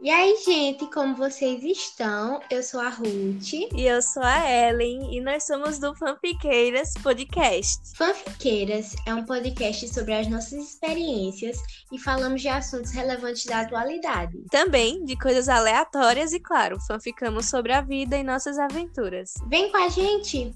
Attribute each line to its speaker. Speaker 1: E aí, gente, como vocês estão? Eu sou a Ruth.
Speaker 2: E eu sou a Ellen e nós somos do Fanfiqueiras Podcast.
Speaker 1: Fanfiqueiras é um podcast sobre as nossas experiências e falamos de assuntos relevantes da atualidade.
Speaker 2: Também de coisas aleatórias e, claro, fanficamos sobre a vida e nossas aventuras.
Speaker 1: Vem com a gente!